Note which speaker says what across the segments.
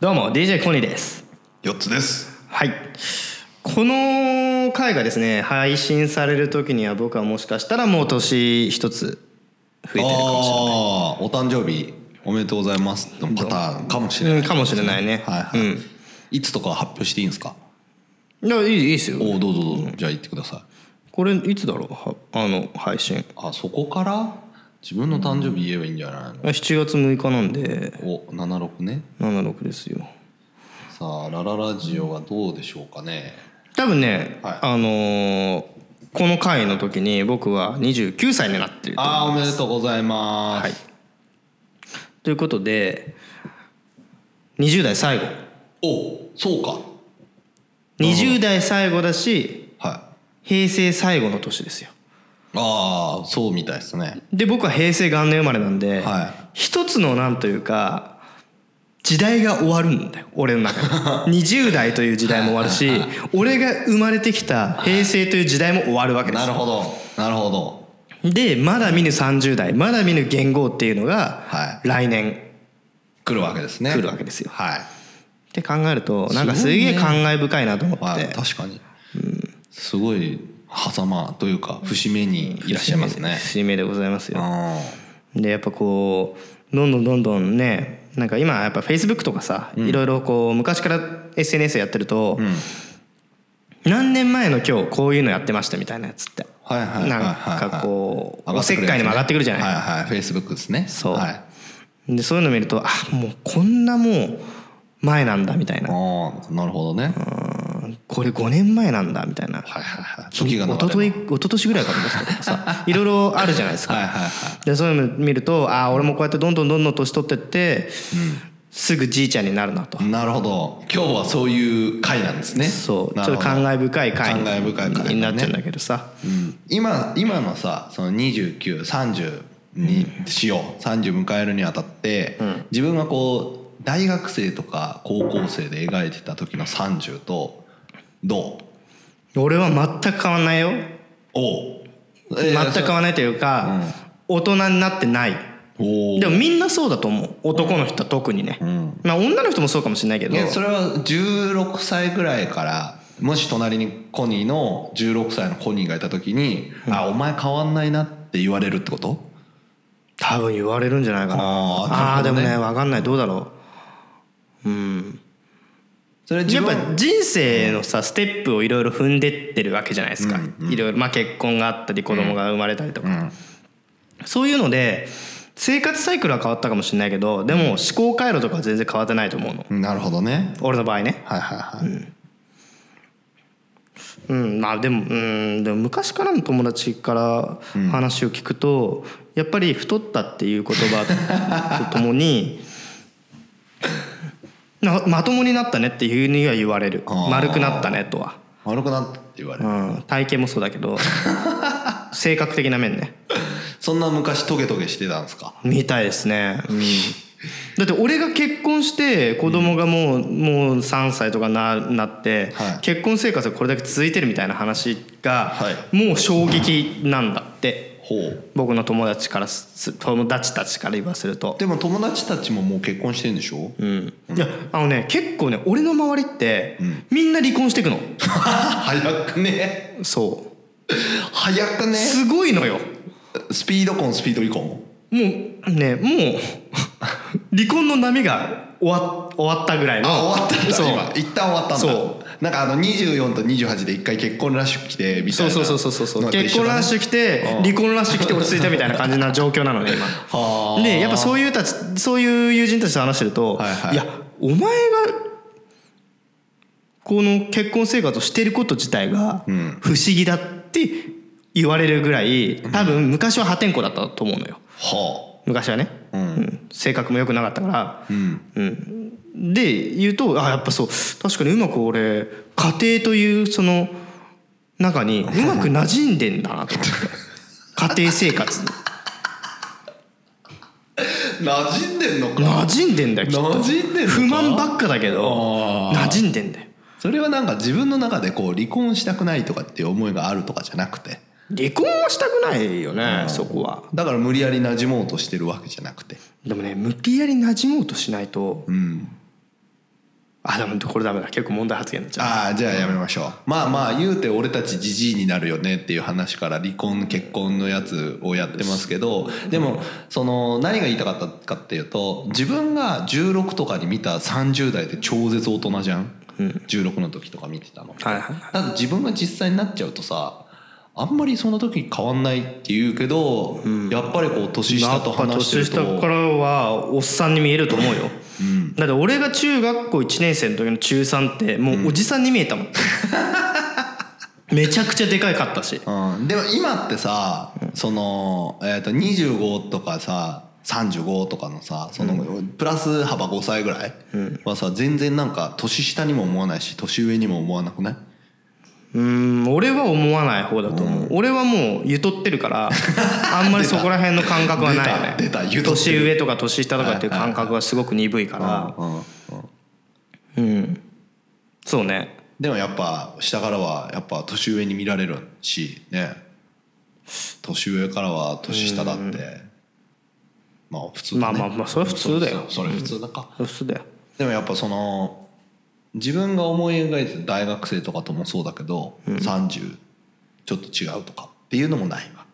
Speaker 1: どうも DJ コニーです
Speaker 2: 四つです。
Speaker 1: はいこの回がですね配信される時には僕はもしかしたらもう年一つ増えてるかもしれない
Speaker 2: ああ、お誕生日おめでとうございますのパターンかもしれない、
Speaker 1: うんかもしれないね
Speaker 2: はいはい。
Speaker 1: うん
Speaker 2: いつとか発表していいんですか。
Speaker 1: いやいいいいですよ
Speaker 2: おお、どうぞどうぞ。じゃあ言ってください。
Speaker 1: これいつだろうはあの配信
Speaker 2: あ、そこから自分の誕生日言えばいいんじゃない
Speaker 1: 7月6日なんで
Speaker 2: の。お、七六ね。
Speaker 1: 76ですよ
Speaker 2: さあラララジオはどうでしょうかね。
Speaker 1: 多分ね、
Speaker 2: はい
Speaker 1: あのーこの回の時に僕は29歳になってると
Speaker 2: ああ、おめでとうございます。
Speaker 1: はいということで20代最後
Speaker 2: お、そうか。
Speaker 1: 20代最後だし
Speaker 2: はい。
Speaker 1: 平成最後の年ですよ
Speaker 2: ああ、そうみたいですね。
Speaker 1: で僕は平成元年生まれなんで、
Speaker 2: は
Speaker 1: 一つのなんというか時代が終わるんだよ俺の 中で20代という時代も終わるし俺が生まれてきた平成という時代も終わるわけです
Speaker 2: なるほど。なるほど。
Speaker 1: でまだ見ぬ30代まだ見ぬ元号っていうのが
Speaker 2: は
Speaker 1: 来年
Speaker 2: 来るわけですね。
Speaker 1: 来るわけですよ
Speaker 2: はい。
Speaker 1: って考えるとなんか
Speaker 2: す
Speaker 1: す
Speaker 2: ごい
Speaker 1: げ
Speaker 2: ね
Speaker 1: え感慨深いなと思って、
Speaker 2: はい、確かに、すごい狭間というか節目にいらっしゃいますね
Speaker 1: 節目でございますよ
Speaker 2: あ
Speaker 1: でやっぱこうどんどんどんどんねなんか今やっぱ Facebook とかさ、いろいろこう昔から SNS やってると、
Speaker 2: ん
Speaker 1: 何年前の今日こういうのやってましたみたいなやつって、
Speaker 2: はいはいはいはいはい
Speaker 1: なんかこう
Speaker 2: 上が
Speaker 1: お
Speaker 2: って
Speaker 1: せ
Speaker 2: くる
Speaker 1: っかいにも上がってくるじゃない、
Speaker 2: はいはいフェイスブックですね
Speaker 1: そう、
Speaker 2: はい、
Speaker 1: でそういうの見るとあもうこんなもう前なんだみたいな
Speaker 2: ああなるほどね
Speaker 1: うんこれ5年前なんだみたいな、
Speaker 2: はいはいはい
Speaker 1: き
Speaker 2: 時が流れ
Speaker 1: 一昨日一昨年ぐらいからしたとか さいろいろあるじゃないですか、
Speaker 2: はいはいは
Speaker 1: でそういうの見るとああ俺もこうやってどんどんどんどん年取ってって、すぐじいちゃんになるなと、
Speaker 2: いなるほど今日はそういう回なんですね
Speaker 1: そうちょ
Speaker 2: な
Speaker 1: っ
Speaker 2: る
Speaker 1: と
Speaker 2: ほど
Speaker 1: 感慨深い回
Speaker 2: 感慨深い回だね
Speaker 1: になっちゃうんだけどさ、
Speaker 2: うん今今のさその2930にしよう、30迎えるにあたって、自分がこう大学生とか高校生で描いてた時の30とどう
Speaker 1: 俺は全く変わんないよ
Speaker 2: おうえ
Speaker 1: 全
Speaker 2: ー
Speaker 1: く変わんないというか、大人になってない
Speaker 2: おう
Speaker 1: でもみんなそうだと思う男の人は特にね、
Speaker 2: ん
Speaker 1: まあ女の人もそうかもしれないけど
Speaker 2: いやそれは16歳ぐらいからもし隣にコニーの16歳のコニーがいた時に「あお前変わんないな」って言われるってこと
Speaker 1: 多分言われるんじゃないかな
Speaker 2: あー
Speaker 1: あー
Speaker 2: なる
Speaker 1: で
Speaker 2: ほ
Speaker 1: も
Speaker 2: どね
Speaker 1: ね分かんないどうだろううん
Speaker 2: それ自
Speaker 1: やっ
Speaker 2: 分
Speaker 1: ぱ人生のさステップをいろいろ踏んでってるわけじゃないですか、
Speaker 2: うん
Speaker 1: いろいろまあ結婚があったり子供が生まれたりとか、
Speaker 2: うん
Speaker 1: そういうので生活サイクルは変わったかもしれないけどでも思考回路とかは全然変わってないと思うの
Speaker 2: うんなるほどね
Speaker 1: 俺の場合ね
Speaker 2: はいはいはい、
Speaker 1: うんまあでもうんでも昔からの友達から話を聞くと、やっぱり太ったっていう言葉ととも になまともになったねっていうふうには言われる
Speaker 2: あー
Speaker 1: 丸くなったねとは。
Speaker 2: 悪くなったって言われる、
Speaker 1: うん、体型もそうだけ ど性格的な面ね
Speaker 2: そんな昔トゲトゲしてたんですか
Speaker 1: みたいですね、うん、だって俺が結婚して子供がもう,、もう3歳とかななって、
Speaker 2: はい
Speaker 1: 結婚生活がこれだけ続いてるみたいな話が、
Speaker 2: は
Speaker 1: もう衝撃なんだって
Speaker 2: ほう
Speaker 1: 僕の友達からす友達たちから言わせると。
Speaker 2: でも友達たちももう結婚してんでしょ、
Speaker 1: うん、いやあのね結構ね俺の周りって、みんな離婚していくの
Speaker 2: 早くね
Speaker 1: そ
Speaker 2: 早くね
Speaker 1: うすごいのよ
Speaker 2: スピード婚スピード離婚
Speaker 1: もうねもう離婚の波が終わ終わったぐらいの
Speaker 2: あ終わったんだ
Speaker 1: そう
Speaker 2: 今一旦終わったんだ
Speaker 1: そ
Speaker 2: なんかあの24と28で一回結婚ラッシュ来てみたい
Speaker 1: そう
Speaker 2: な
Speaker 1: そうそうそうそう
Speaker 2: のと一緒だね
Speaker 1: 結婚ラッシュ来て
Speaker 2: うん
Speaker 1: 離婚ラッシュ来て落ち着いたみたいな感じな状況なのね今
Speaker 2: は あ
Speaker 1: でやっぱそういうたちそういう友人たちと話してると、
Speaker 2: はいはい
Speaker 1: やお前がこの結婚生活をしてること自体が
Speaker 2: ん
Speaker 1: 不思議だって言われるぐらい多分昔は破天荒だったと思うのよ
Speaker 2: は
Speaker 1: 昔はね、
Speaker 2: あうん、
Speaker 1: うん性格も良くなかったから
Speaker 2: うん、
Speaker 1: で言うとあやっぱそう確かにうまく俺家庭というその中にうまく馴染んでんだなと思 って家庭生活に
Speaker 2: 馴染んでんのか
Speaker 1: 馴染んでんだよきっと
Speaker 2: 馴染んでんのか
Speaker 1: 不満ばっかだけど
Speaker 2: あ
Speaker 1: 馴染んでんだよ
Speaker 2: それはなんか自分の中でこう離婚したくないとかっていう思いがあるとかじゃなくて
Speaker 1: 離婚はしたくないよね、そこは
Speaker 2: だから無理やり馴染もうとしてるわけじゃなくて
Speaker 1: でもね無理やり馴染もうとしないと、
Speaker 2: うん
Speaker 1: あでもこれダメだ結構問題発言になっちゃう
Speaker 2: ああじゃあやめましょうまあまあ言うて俺たちじじいになるよねっていう話から離婚結婚のやつをやってますけどでもその何が言いたかったかっていうと自分が16とかに見た30代で超絶大人じゃん、16の時とか見てたの
Speaker 1: はいはいはい
Speaker 2: ただ自分が実際になっちゃうとさあんまりその時変わんないって言うけど、やっぱりこう年下と
Speaker 1: やっぱ
Speaker 2: 話して
Speaker 1: 年
Speaker 2: ると
Speaker 1: 下からはおっさんに見えると思うよ、だって俺が中学校1年生の時の中3ってもうおじさんに見えた もん、めちゃくちゃでかいかったし
Speaker 2: うん、でも今ってさその、えー、と25とかさ35とかのさその、プラス幅5歳ぐらいはさ全然なんか年下にも思わないし年上にも思わなくない、
Speaker 1: うん俺は思わない方だと思う、俺はもうゆとってるからあんまりそこら辺の感覚はないよね
Speaker 2: 出た出たゆとって
Speaker 1: 年
Speaker 2: る
Speaker 1: 上とか年下とかっていう感覚はすごく鈍いから
Speaker 2: うんうん、
Speaker 1: うんそうね
Speaker 2: でもやっぱ下からはやっぱ年上に見られるしね年上からは年下だって、まあ普通だ、ね、
Speaker 1: まあまあまあそれは普通だよ
Speaker 2: そうそうそれ普通だか、
Speaker 1: そうっすだよ
Speaker 2: でもやっぱその自分が思い描いてる大学生とかともそうだけど、30ちょっと違うとかっていうのもないわ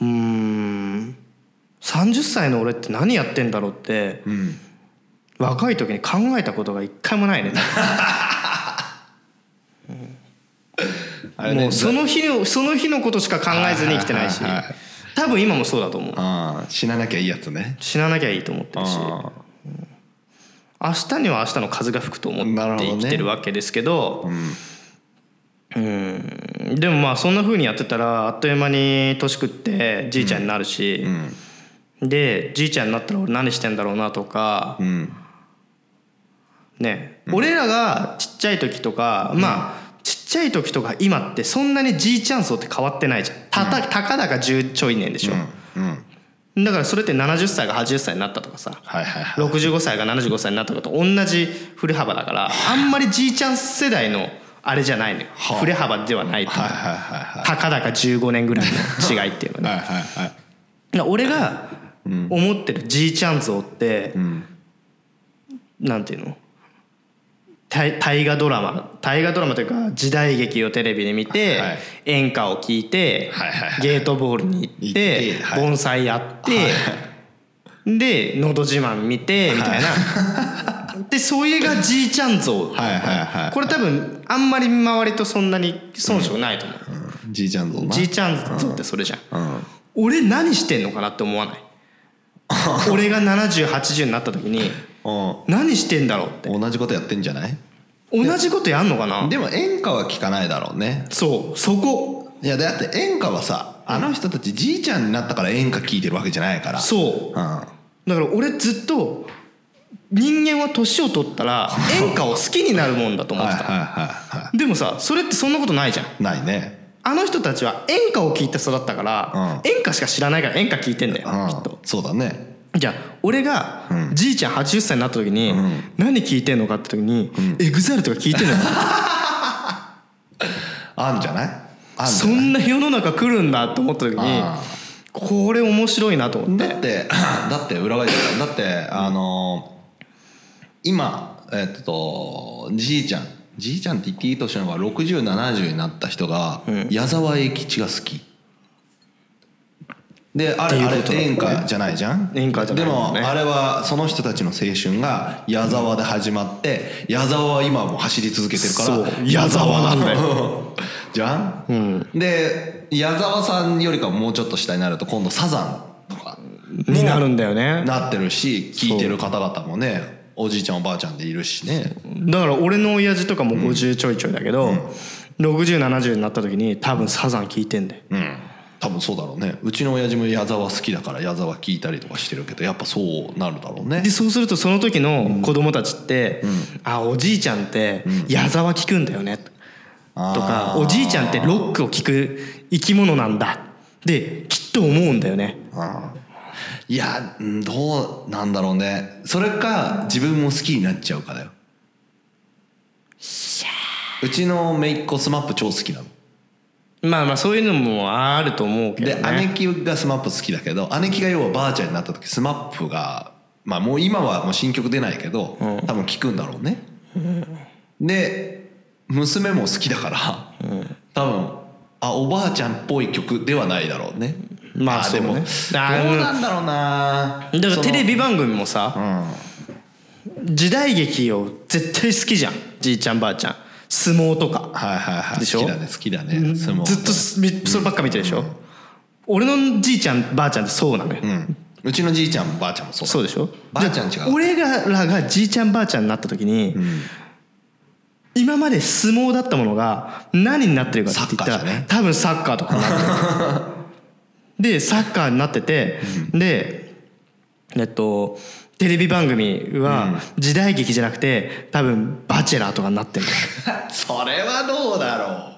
Speaker 1: うーん30歳の俺って何やってんだろうって
Speaker 2: うん
Speaker 1: 若い時に考えたことが一回もないね
Speaker 2: あれね
Speaker 1: もうその日のその日のことしか考えずに生きてないし
Speaker 2: はいはいはいはい
Speaker 1: 多分今もそうだと思う
Speaker 2: ああ死ななきゃいいやつね
Speaker 1: 死ななきゃいいと思ってるし
Speaker 2: あ
Speaker 1: 明日には明日の風が吹くと思
Speaker 2: なる
Speaker 1: っ
Speaker 2: ほ
Speaker 1: て
Speaker 2: ど
Speaker 1: 生
Speaker 2: ね
Speaker 1: きてるわけですけどうんでもまあそんな風にやってたらあっという間に年食ってじいちゃんになるし、
Speaker 2: あうん
Speaker 1: でじいちゃんになったら俺何してんだろうなとか
Speaker 2: う、ん
Speaker 1: ね、俺らがちっちゃい時とか、まあちっちゃい時とか今ってそんなにじいちゃん層って変わってないじゃんたたたかだか10ちょい年でしょ、
Speaker 2: うんうん
Speaker 1: だからそれって70歳が80歳になったとかさ
Speaker 2: はいはいはい
Speaker 1: 65歳が75歳になったとかと同じ振れ幅だからあんまりじいちゃん世代のあれじゃないのよ
Speaker 2: はあ
Speaker 1: 振れ幅ではないと
Speaker 2: はいはいはい
Speaker 1: たかだか15年ぐらいの違いっていうのはね
Speaker 2: はいはいはいはい
Speaker 1: だから俺が思ってるじいちゃん像って、なんていうの大大河ドラマ大河ドラマというか時代劇をテレビで見て、
Speaker 2: はい
Speaker 1: 演歌を聞いて、
Speaker 2: はいはいはい
Speaker 1: ゲートボールに行って
Speaker 2: 行ってはい
Speaker 1: 盆栽やって、で「のど自慢」見てみたいな、 でそれがじいちゃん像、
Speaker 2: はいはいはい
Speaker 1: これ多分あんまり周りとそんなに遜色ないと思う、
Speaker 2: じいちゃんぞな
Speaker 1: じいちゃん像ってそれじゃん
Speaker 2: うん
Speaker 1: 俺何してんのかなって思わない俺が7080になった時に何してんだろうって
Speaker 2: うん同じことやってんじゃない
Speaker 1: 同じことやんのかな
Speaker 2: でも演歌は聞かないだろうね
Speaker 1: そうそこ
Speaker 2: いやだって演歌はさあの人たちじいちゃんになったから演歌聞いてるわけじゃないから
Speaker 1: そううだから俺ずっと人間は年を取ったら演歌を好きになるもんだと
Speaker 2: ん
Speaker 1: 思っ
Speaker 2: はい
Speaker 1: て
Speaker 2: はい
Speaker 1: た
Speaker 2: はいは
Speaker 1: でもさそれってそんなことないじゃん
Speaker 2: いないね
Speaker 1: あの人たちは演歌を聴いて育ったから演歌しか知らないから演歌聴いてんだよ
Speaker 2: うん
Speaker 1: きっと
Speaker 2: そうだね
Speaker 1: じゃあ俺がじいちゃん80歳になった時に何聴いてんのかって時にエグザイルとか聴いてんのかな
Speaker 2: あんじゃないあんじ
Speaker 1: そ
Speaker 2: ゃない
Speaker 1: んな世の中来るんだと思った時に
Speaker 2: あ
Speaker 1: これ面白いなと思って
Speaker 2: だってだって裏返してだってあのー今えっとじいちゃんじいちゃんって言っていい年なのが6070になった人が、矢沢永吉が好きであれ
Speaker 1: っていう
Speaker 2: あ
Speaker 1: こと
Speaker 2: れ
Speaker 1: だ
Speaker 2: 演歌じゃないじゃん
Speaker 1: 演歌じゃない
Speaker 2: で
Speaker 1: もん
Speaker 2: も
Speaker 1: ね
Speaker 2: あれはその人たちの青春が矢沢で始まって矢沢は今も走り続けてるから
Speaker 1: そう矢沢なんだ
Speaker 2: よ じゃん、で矢沢さんよりかもうちょっと下になると今度サザンとか
Speaker 1: になるんだよね
Speaker 2: なってるし聞いてる方々もねおじいちゃんおばあちゃんでいるしね
Speaker 1: だから俺の親父とかも50ちょいちょいだけど6070になった時に多分サザン聞いてんだよ
Speaker 2: うん多分そうだろうねうちの親父も矢沢好きだから矢沢聞いたりとかしてるけどやっぱそうなるだろうね
Speaker 1: でそうするとその時の子供たちって「あおじいちゃんって矢沢聞くんだよね」
Speaker 2: あー
Speaker 1: とか「おじいちゃんってロックを聞く生き物なんだ」できっと思うんだよね
Speaker 2: うんいやうんどうなんだろうねそれか自分も好きになっちゃうかだようちの姪っ子スマップ超好きなの
Speaker 1: うまあまあそういうのもあると思うけど、
Speaker 2: で
Speaker 1: ね、
Speaker 2: 姉貴がスマップ好きだけど姉貴が要はばあちゃんになった時スマップがまあもう今はもう新曲出ないけど
Speaker 1: うん
Speaker 2: 多分聴くんだろうね、で娘も好きだから、多分あおばあちゃんっぽい曲ではないだろうね
Speaker 1: まあ
Speaker 2: でも
Speaker 1: そう
Speaker 2: ど
Speaker 1: ね
Speaker 2: う
Speaker 1: あー
Speaker 2: なんだろうな
Speaker 1: だか
Speaker 2: そ
Speaker 1: ら
Speaker 2: の
Speaker 1: テレビ番組もさ
Speaker 2: うん
Speaker 1: 時代劇を絶対好きじゃんじいちゃんばあちゃん相撲とか
Speaker 2: はいはいはい
Speaker 1: でしょ
Speaker 2: 好きだね好きだねそれも
Speaker 1: ずっとすみそればっか見てるでしょ、俺のじいちゃんばあちゃんってそうなのよ、
Speaker 2: うんうちのじいちゃんばあちゃんもそうだ
Speaker 1: そうでしょ
Speaker 2: ばあちゃん違う
Speaker 1: じあ俺らがじいちゃんばあちゃんになった時に、今まで相撲だったものが何になってるかって言った
Speaker 2: サッカー
Speaker 1: ら、
Speaker 2: じゃね
Speaker 1: 多分サッカーとかにな ってるでサッカーになってて、でえっとテレビ番組は時代劇じゃなくて多分「バチェラー」とかになってるんだよ
Speaker 2: それはどうだろ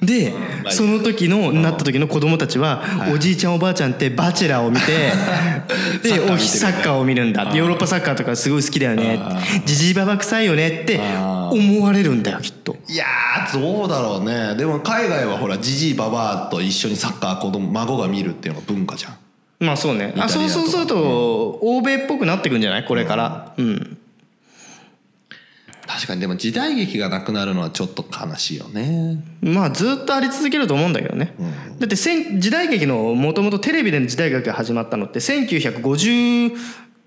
Speaker 1: で、
Speaker 2: まあ
Speaker 1: その時の、なった時の子供たちは、おじいちゃんおばあちゃんってバチェラーを見 て
Speaker 2: サッカー見てる
Speaker 1: で
Speaker 2: よね
Speaker 1: おひサッカーを見るんだヨーロッパサッカーとかすごい好きだよねジジイババ臭いよねって
Speaker 2: あ
Speaker 1: 思われるんだよきっと
Speaker 2: ういやーどうだろうねでも海外はほらじじいばばあと一緒にサッカー子供孫が見るっていうのが文化じゃん
Speaker 1: まあそうね
Speaker 2: タリア
Speaker 1: あ
Speaker 2: と
Speaker 1: そう
Speaker 2: か
Speaker 1: そうすると欧米っぽくなってくんじゃないこれからうん
Speaker 2: 確かにでも時代劇がなくなるのはちょっと悲しいよね
Speaker 1: まあずっとあり続けると思うんだけどねだってせん時代劇のもともとテレビでの時代劇が始まったのって1950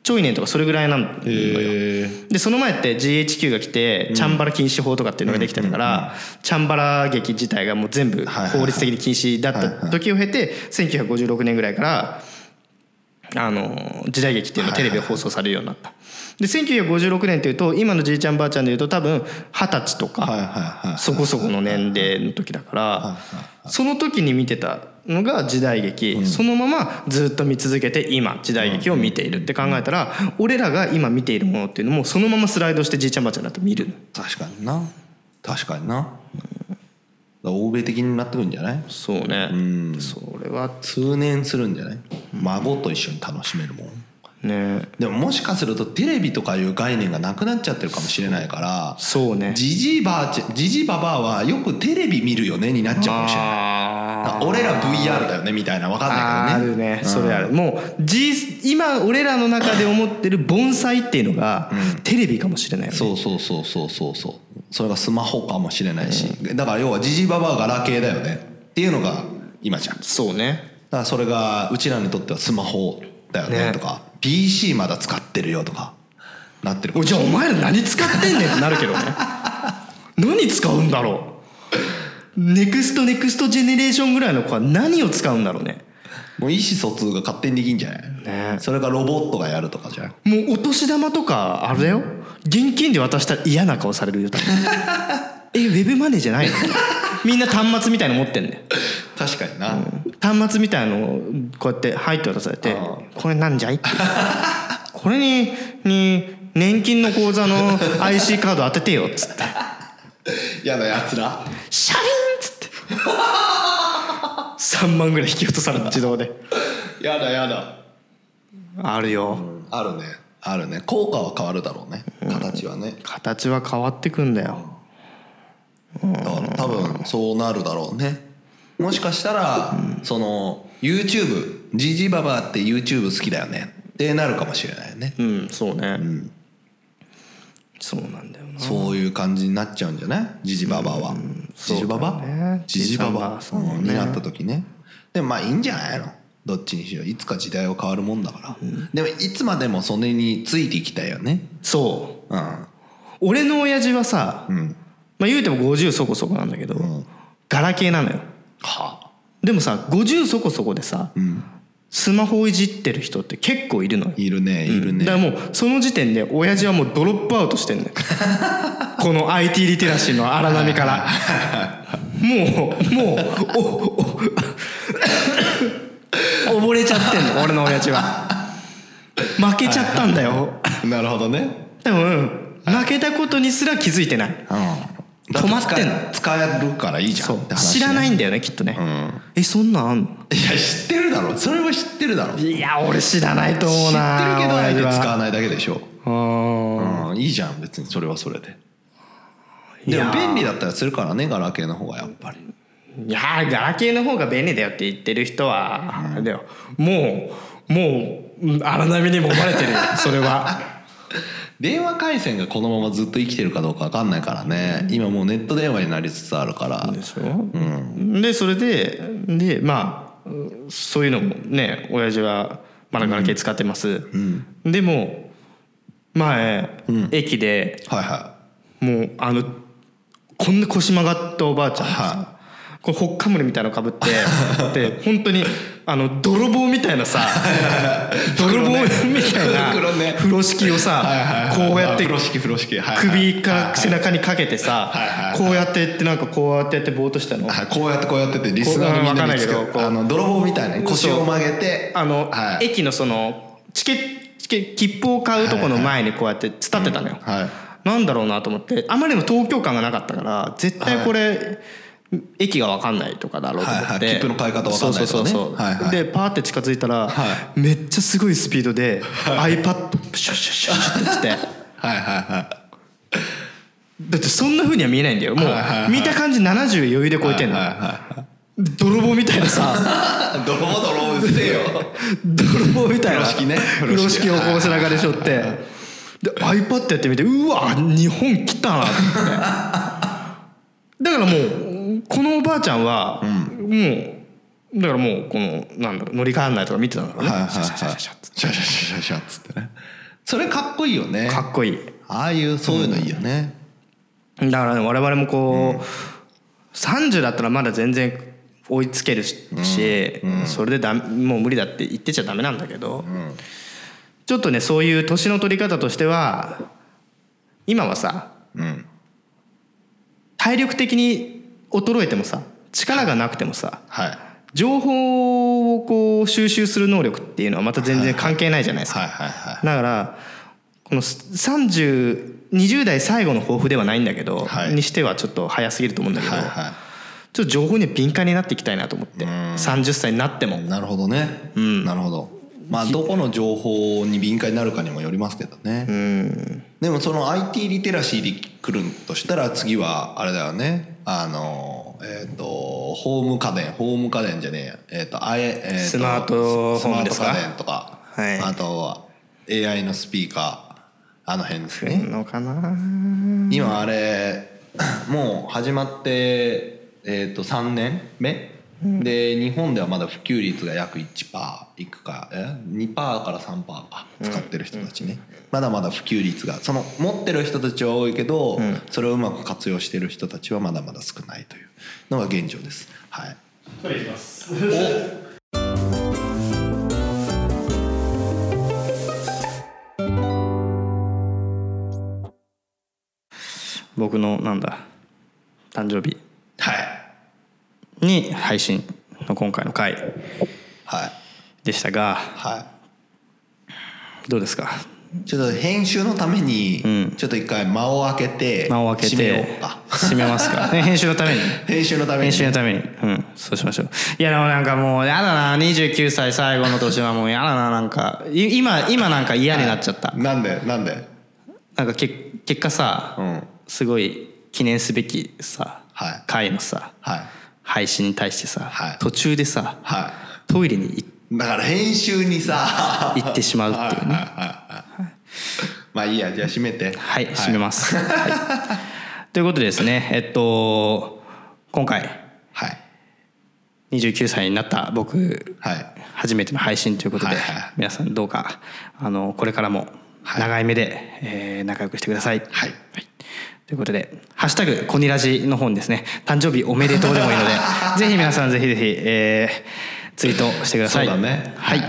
Speaker 1: ちょい年とかそれぐらいなんだよ
Speaker 2: へえ
Speaker 1: でその前って GHQ が来てチャンバラ禁止法とかっていうのができてたからチャンバラ劇自体がもう全部
Speaker 2: はいはい
Speaker 1: 法律的に禁止だった時を経て1956年ぐらいからあの時代劇っていうのがテレビで放送されるようになったで1956年というと今のじいちゃんばあちゃんでいうと多分二十歳と
Speaker 2: はい
Speaker 1: か
Speaker 2: はいはい
Speaker 1: そこそこの年齢の時だからその時に見てたのが時代劇そのままずっと見続けて今時代劇を見ているって考えたら俺らが今見ているものっていうのもそのままスライドしてじいちゃんばあちゃんだと見る
Speaker 2: 確かにな確かになだから欧米的になってくるんじゃない
Speaker 1: そうねそれは
Speaker 2: 通年するんじゃない孫と一緒に楽しめるもん
Speaker 1: ね
Speaker 2: でももしかするとテレビとかいう概念がなくなっちゃってるかもしれないから
Speaker 1: そうね
Speaker 2: ジジイばあちゃんジジイばばあはよくテレビ見るよねになっちゃうかもしれないだ
Speaker 1: あ
Speaker 2: か
Speaker 1: ー
Speaker 2: ら俺ら VR だよねみたいなわかんない
Speaker 1: あ
Speaker 2: けど
Speaker 1: る
Speaker 2: ね
Speaker 1: ねそれあるもうじ今俺らの中で思ってる盆栽っていうのがテレビかもしれないよね
Speaker 2: そうそうそうそうそうそうそれがスマホかもしれないし、だから要はジジイばばあガラケーだよねっていうのが今じゃんだか
Speaker 1: そうね
Speaker 2: らそれがうちらにとってはスマホだよね
Speaker 1: ね
Speaker 2: とか PC まだ使ってるよとかなってるか
Speaker 1: お
Speaker 2: も
Speaker 1: いじゃあお前ら何使ってんねんってなるけどね 何使うんだろうネクストネクストジェネレーションぐらいの子は何を使うんだろうね
Speaker 2: もう意思疎通が勝手にできんじゃない、
Speaker 1: ね
Speaker 2: それがロボットがやるとかじゃん
Speaker 1: もうお年玉とかあれだよ現金で渡したら嫌な顔されるよ多 分えウェブマネーじゃないのみんな端末みたいの持ってんね
Speaker 2: 確かにな、
Speaker 1: 端末みたいのをこうやって入って渡されて「これなん じゃい?」ってこれにに年金の口座の IC カード当ててよ」っつって
Speaker 2: 嫌なやつら
Speaker 1: 「シャリン!」っつって3万ぐらい引き落とされる自動で
Speaker 2: 嫌だ嫌だ
Speaker 1: あるよ
Speaker 2: あるねあるね効果は変わるだろうね形はね、
Speaker 1: 形は変わってくんだよ
Speaker 2: だから多分そうなるだろうねもしかしたら、その YouTube ジジババアって YouTube 好きだよねってなるかもしれないよね、
Speaker 1: うんそうね、そうなんだよな
Speaker 2: そういう感じになっちゃうんじゃないジジババアは、ジジババ
Speaker 1: そうだね
Speaker 2: ジジババ
Speaker 1: ジジ
Speaker 2: ア
Speaker 1: ババアそうね
Speaker 2: になった時ねでもまあいいんじゃないのどっちにしろいつか時代は変わるもんだから、でもいつまでもそれについていきたいよね
Speaker 1: そう
Speaker 2: うん
Speaker 1: 俺の親父はさ、
Speaker 2: ん
Speaker 1: まあ、言うても50そこそこなんだけど、
Speaker 2: ん
Speaker 1: ガラケーなのよ
Speaker 2: は
Speaker 1: でもさ50そこそこでさ、
Speaker 2: ん
Speaker 1: スマホをいじってる人って結構いるのよ
Speaker 2: いるねいるね、
Speaker 1: だからもうその時点で親父はもうドロップアウトしてん のよこの IT リテラシーの荒波 からもうもうおお 溺れちゃってんの俺の親父は負けちゃったんだよ
Speaker 2: なるほどね
Speaker 1: 多分負けたことにすら気づいてない
Speaker 2: うん
Speaker 1: 止まってんの
Speaker 2: だ使使えるからいいじゃん
Speaker 1: そう
Speaker 2: って
Speaker 1: 知
Speaker 2: 話
Speaker 1: らないいんだよねきっとね、
Speaker 2: ん
Speaker 1: えそんなんあんの
Speaker 2: いや知ってるだろそれは知ってるだろ知ってる
Speaker 1: いや俺知らないと思う
Speaker 2: けど
Speaker 1: な
Speaker 2: あえて
Speaker 1: 親父
Speaker 2: 使
Speaker 1: は
Speaker 2: わないだけでしょ
Speaker 1: あ
Speaker 2: うんいいじゃん別にそれはそれで
Speaker 1: い
Speaker 2: で
Speaker 1: や
Speaker 2: も便利だったらするからねガラケーの方がやっぱり
Speaker 1: ーいやーガラケーの方が便利だよって言ってる人は、あれだよもうもううん荒波に揉まれてるよそれは
Speaker 2: 電話回線がこのままずっと生きてるかどうか分かんないからね今もうネット電話になりつつあるから
Speaker 1: でしょ、でそれででまあうんそういうのもね親父はまだガラケー使ってます、でも前、駅で
Speaker 2: はいは
Speaker 1: もうあのこんな腰曲がったおばあちゃんですよ、
Speaker 2: は
Speaker 1: これホッカムリみたいなのかぶってで本当にあの泥棒みたいな さ泥棒みたいな
Speaker 2: 袋ね
Speaker 1: 風呂敷を
Speaker 2: い
Speaker 1: さ
Speaker 2: はい
Speaker 1: こうやって
Speaker 2: 風呂敷風呂敷はいはい
Speaker 1: 首から背中にかけて
Speaker 2: はいはい
Speaker 1: さ
Speaker 2: はい
Speaker 1: こうやってやってなんかこうやってやってぼーっとしたの
Speaker 2: はいこうやってこうやっててリスナーのみんなにつく
Speaker 1: こううんわかんないけどこう
Speaker 2: あの泥棒みたいなね腰を曲げて
Speaker 1: あの
Speaker 2: はい
Speaker 1: 駅のそのチケチケ切符を買うとこの前にこうやって伝ってたのよ
Speaker 2: はい
Speaker 1: なんだろうなと思ってあまりにも東京感がなかったから絶対これ、駅が分かんないとかだろうと思って、
Speaker 2: はいはい切符の買い方分かんない
Speaker 1: そう
Speaker 2: と
Speaker 1: そ
Speaker 2: か
Speaker 1: う
Speaker 2: ね
Speaker 1: そうそう、
Speaker 2: はいはい
Speaker 1: でパーって近づいたら、
Speaker 2: は
Speaker 1: めっちゃすごいスピードで、iPad プシュッシュッシュッシュッって来て
Speaker 2: はいはいは
Speaker 1: だってそんな風には見えないんだよもう、
Speaker 2: はいはいはい
Speaker 1: 見た感じ70余裕で超えてん
Speaker 2: い
Speaker 1: の、
Speaker 2: はいはい
Speaker 1: 泥棒みたいなさ
Speaker 2: 泥棒泥棒うるせえよ
Speaker 1: 泥棒みたいな
Speaker 2: 風呂敷ね
Speaker 1: 風呂敷をこう背中でしょってで iPad やってみてうわ日本来たなって だからもうこのおばあちゃんは、もうだからもうこのなんだろう乗り換えないとか見てたんだろう
Speaker 2: はい
Speaker 1: ね、
Speaker 2: はいはい
Speaker 1: シ
Speaker 2: シ
Speaker 1: ャ
Speaker 2: ャ
Speaker 1: シャシャシャシャっつっ
Speaker 2: シャシャシャシャっつってねそれかっこいいよね
Speaker 1: てかっこいい
Speaker 2: ああいうそういうのいいよね
Speaker 1: だからね我々もこう、30だったらまだ全然追いつけるし、それでだもう無理だって言ってちゃダメなんだけど、ちょっとねそういう年の取り方としては今はさ
Speaker 2: うん
Speaker 1: 体力的に衰えてもさ力がなくてもさ
Speaker 2: はいはい
Speaker 1: 情報をこう収集する能力っていうのはまた全然関係ないじゃないですか。
Speaker 2: はいは
Speaker 1: だからこの3020代最後の抱負ではないんだけど、
Speaker 2: はい
Speaker 1: にしてはちょっと早すぎると思うんだけ
Speaker 2: い
Speaker 1: ど、
Speaker 2: はいは
Speaker 1: ちょっと情報には敏感になっていきたいなと思って
Speaker 2: うん
Speaker 1: 30歳になっても
Speaker 2: いなるほどねなるほどまあどこの情報に敏感になるかにもよりますけど
Speaker 1: う
Speaker 2: ね
Speaker 1: ん
Speaker 2: でもその IT リテラシーで来るんとしたら次はあれだよねあのえっとホーム家電ホーム家電じゃねえやえっとあええーと
Speaker 1: スマート
Speaker 2: ス
Speaker 1: ホ
Speaker 2: マ
Speaker 1: ーム
Speaker 2: ー
Speaker 1: で
Speaker 2: ト
Speaker 1: すか
Speaker 2: 家電とか
Speaker 1: はい
Speaker 2: あとは AI のスピーカーあの辺です
Speaker 1: 来
Speaker 2: ね
Speaker 1: んのかな
Speaker 2: 今あれ もう始まって、えー、と3年目、で日本ではまだ普及率が約1%いくかえ2%から3%か使ってる人たちね、まだまだ普及率がその持ってる人たちは多いけど、それをうまく活用してる人たちはまだまだ少ないというのが現状です。はい
Speaker 1: 僕のなんだ誕生日
Speaker 2: はい
Speaker 1: に配信の今回の回
Speaker 2: はい
Speaker 1: でしたが
Speaker 2: はい
Speaker 1: どうですか
Speaker 2: ちょっと編集のために、ちょっと一回間を空けて
Speaker 1: 間を開け
Speaker 2: 締めよ
Speaker 1: て
Speaker 2: うか
Speaker 1: 締めますか ね編集のために
Speaker 2: 編集のために
Speaker 1: 編集のためにうんそうしましょういやでもなんかもうやだな29歳最後の年はもうやだななんかい今今なんか嫌になっちゃった
Speaker 2: なんでなんで
Speaker 1: なんかけ結果さ、
Speaker 2: うん
Speaker 1: すごい記念すべきさ、
Speaker 2: はい
Speaker 1: 回のさ
Speaker 2: はい
Speaker 1: 配信に対してさ、
Speaker 2: はい
Speaker 1: 途中でさ
Speaker 2: は
Speaker 1: トイレに
Speaker 2: い。だから編集にさ。
Speaker 1: 行ってしまうっていうね
Speaker 2: はいはいはいまあいいや、じゃあ閉めて。
Speaker 1: はい、締め ます、はいということでですねえっと今回
Speaker 2: はい。
Speaker 1: 29歳になった僕
Speaker 2: はい。
Speaker 1: 初めての配信ということで、
Speaker 2: はいはい
Speaker 1: 皆さんどうかあのこれからも
Speaker 2: はい
Speaker 1: 長い目で、えー仲良くしてください。
Speaker 2: はい
Speaker 1: ということで「ハッシュタグコニラジ」の方にですね誕生日おめでとうでもいい のでぜひ皆さんぜひぜひ、えーツイートしてください。
Speaker 2: そうだね
Speaker 1: はい、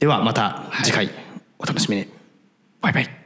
Speaker 1: ではまた次回お楽しみに。バイバイ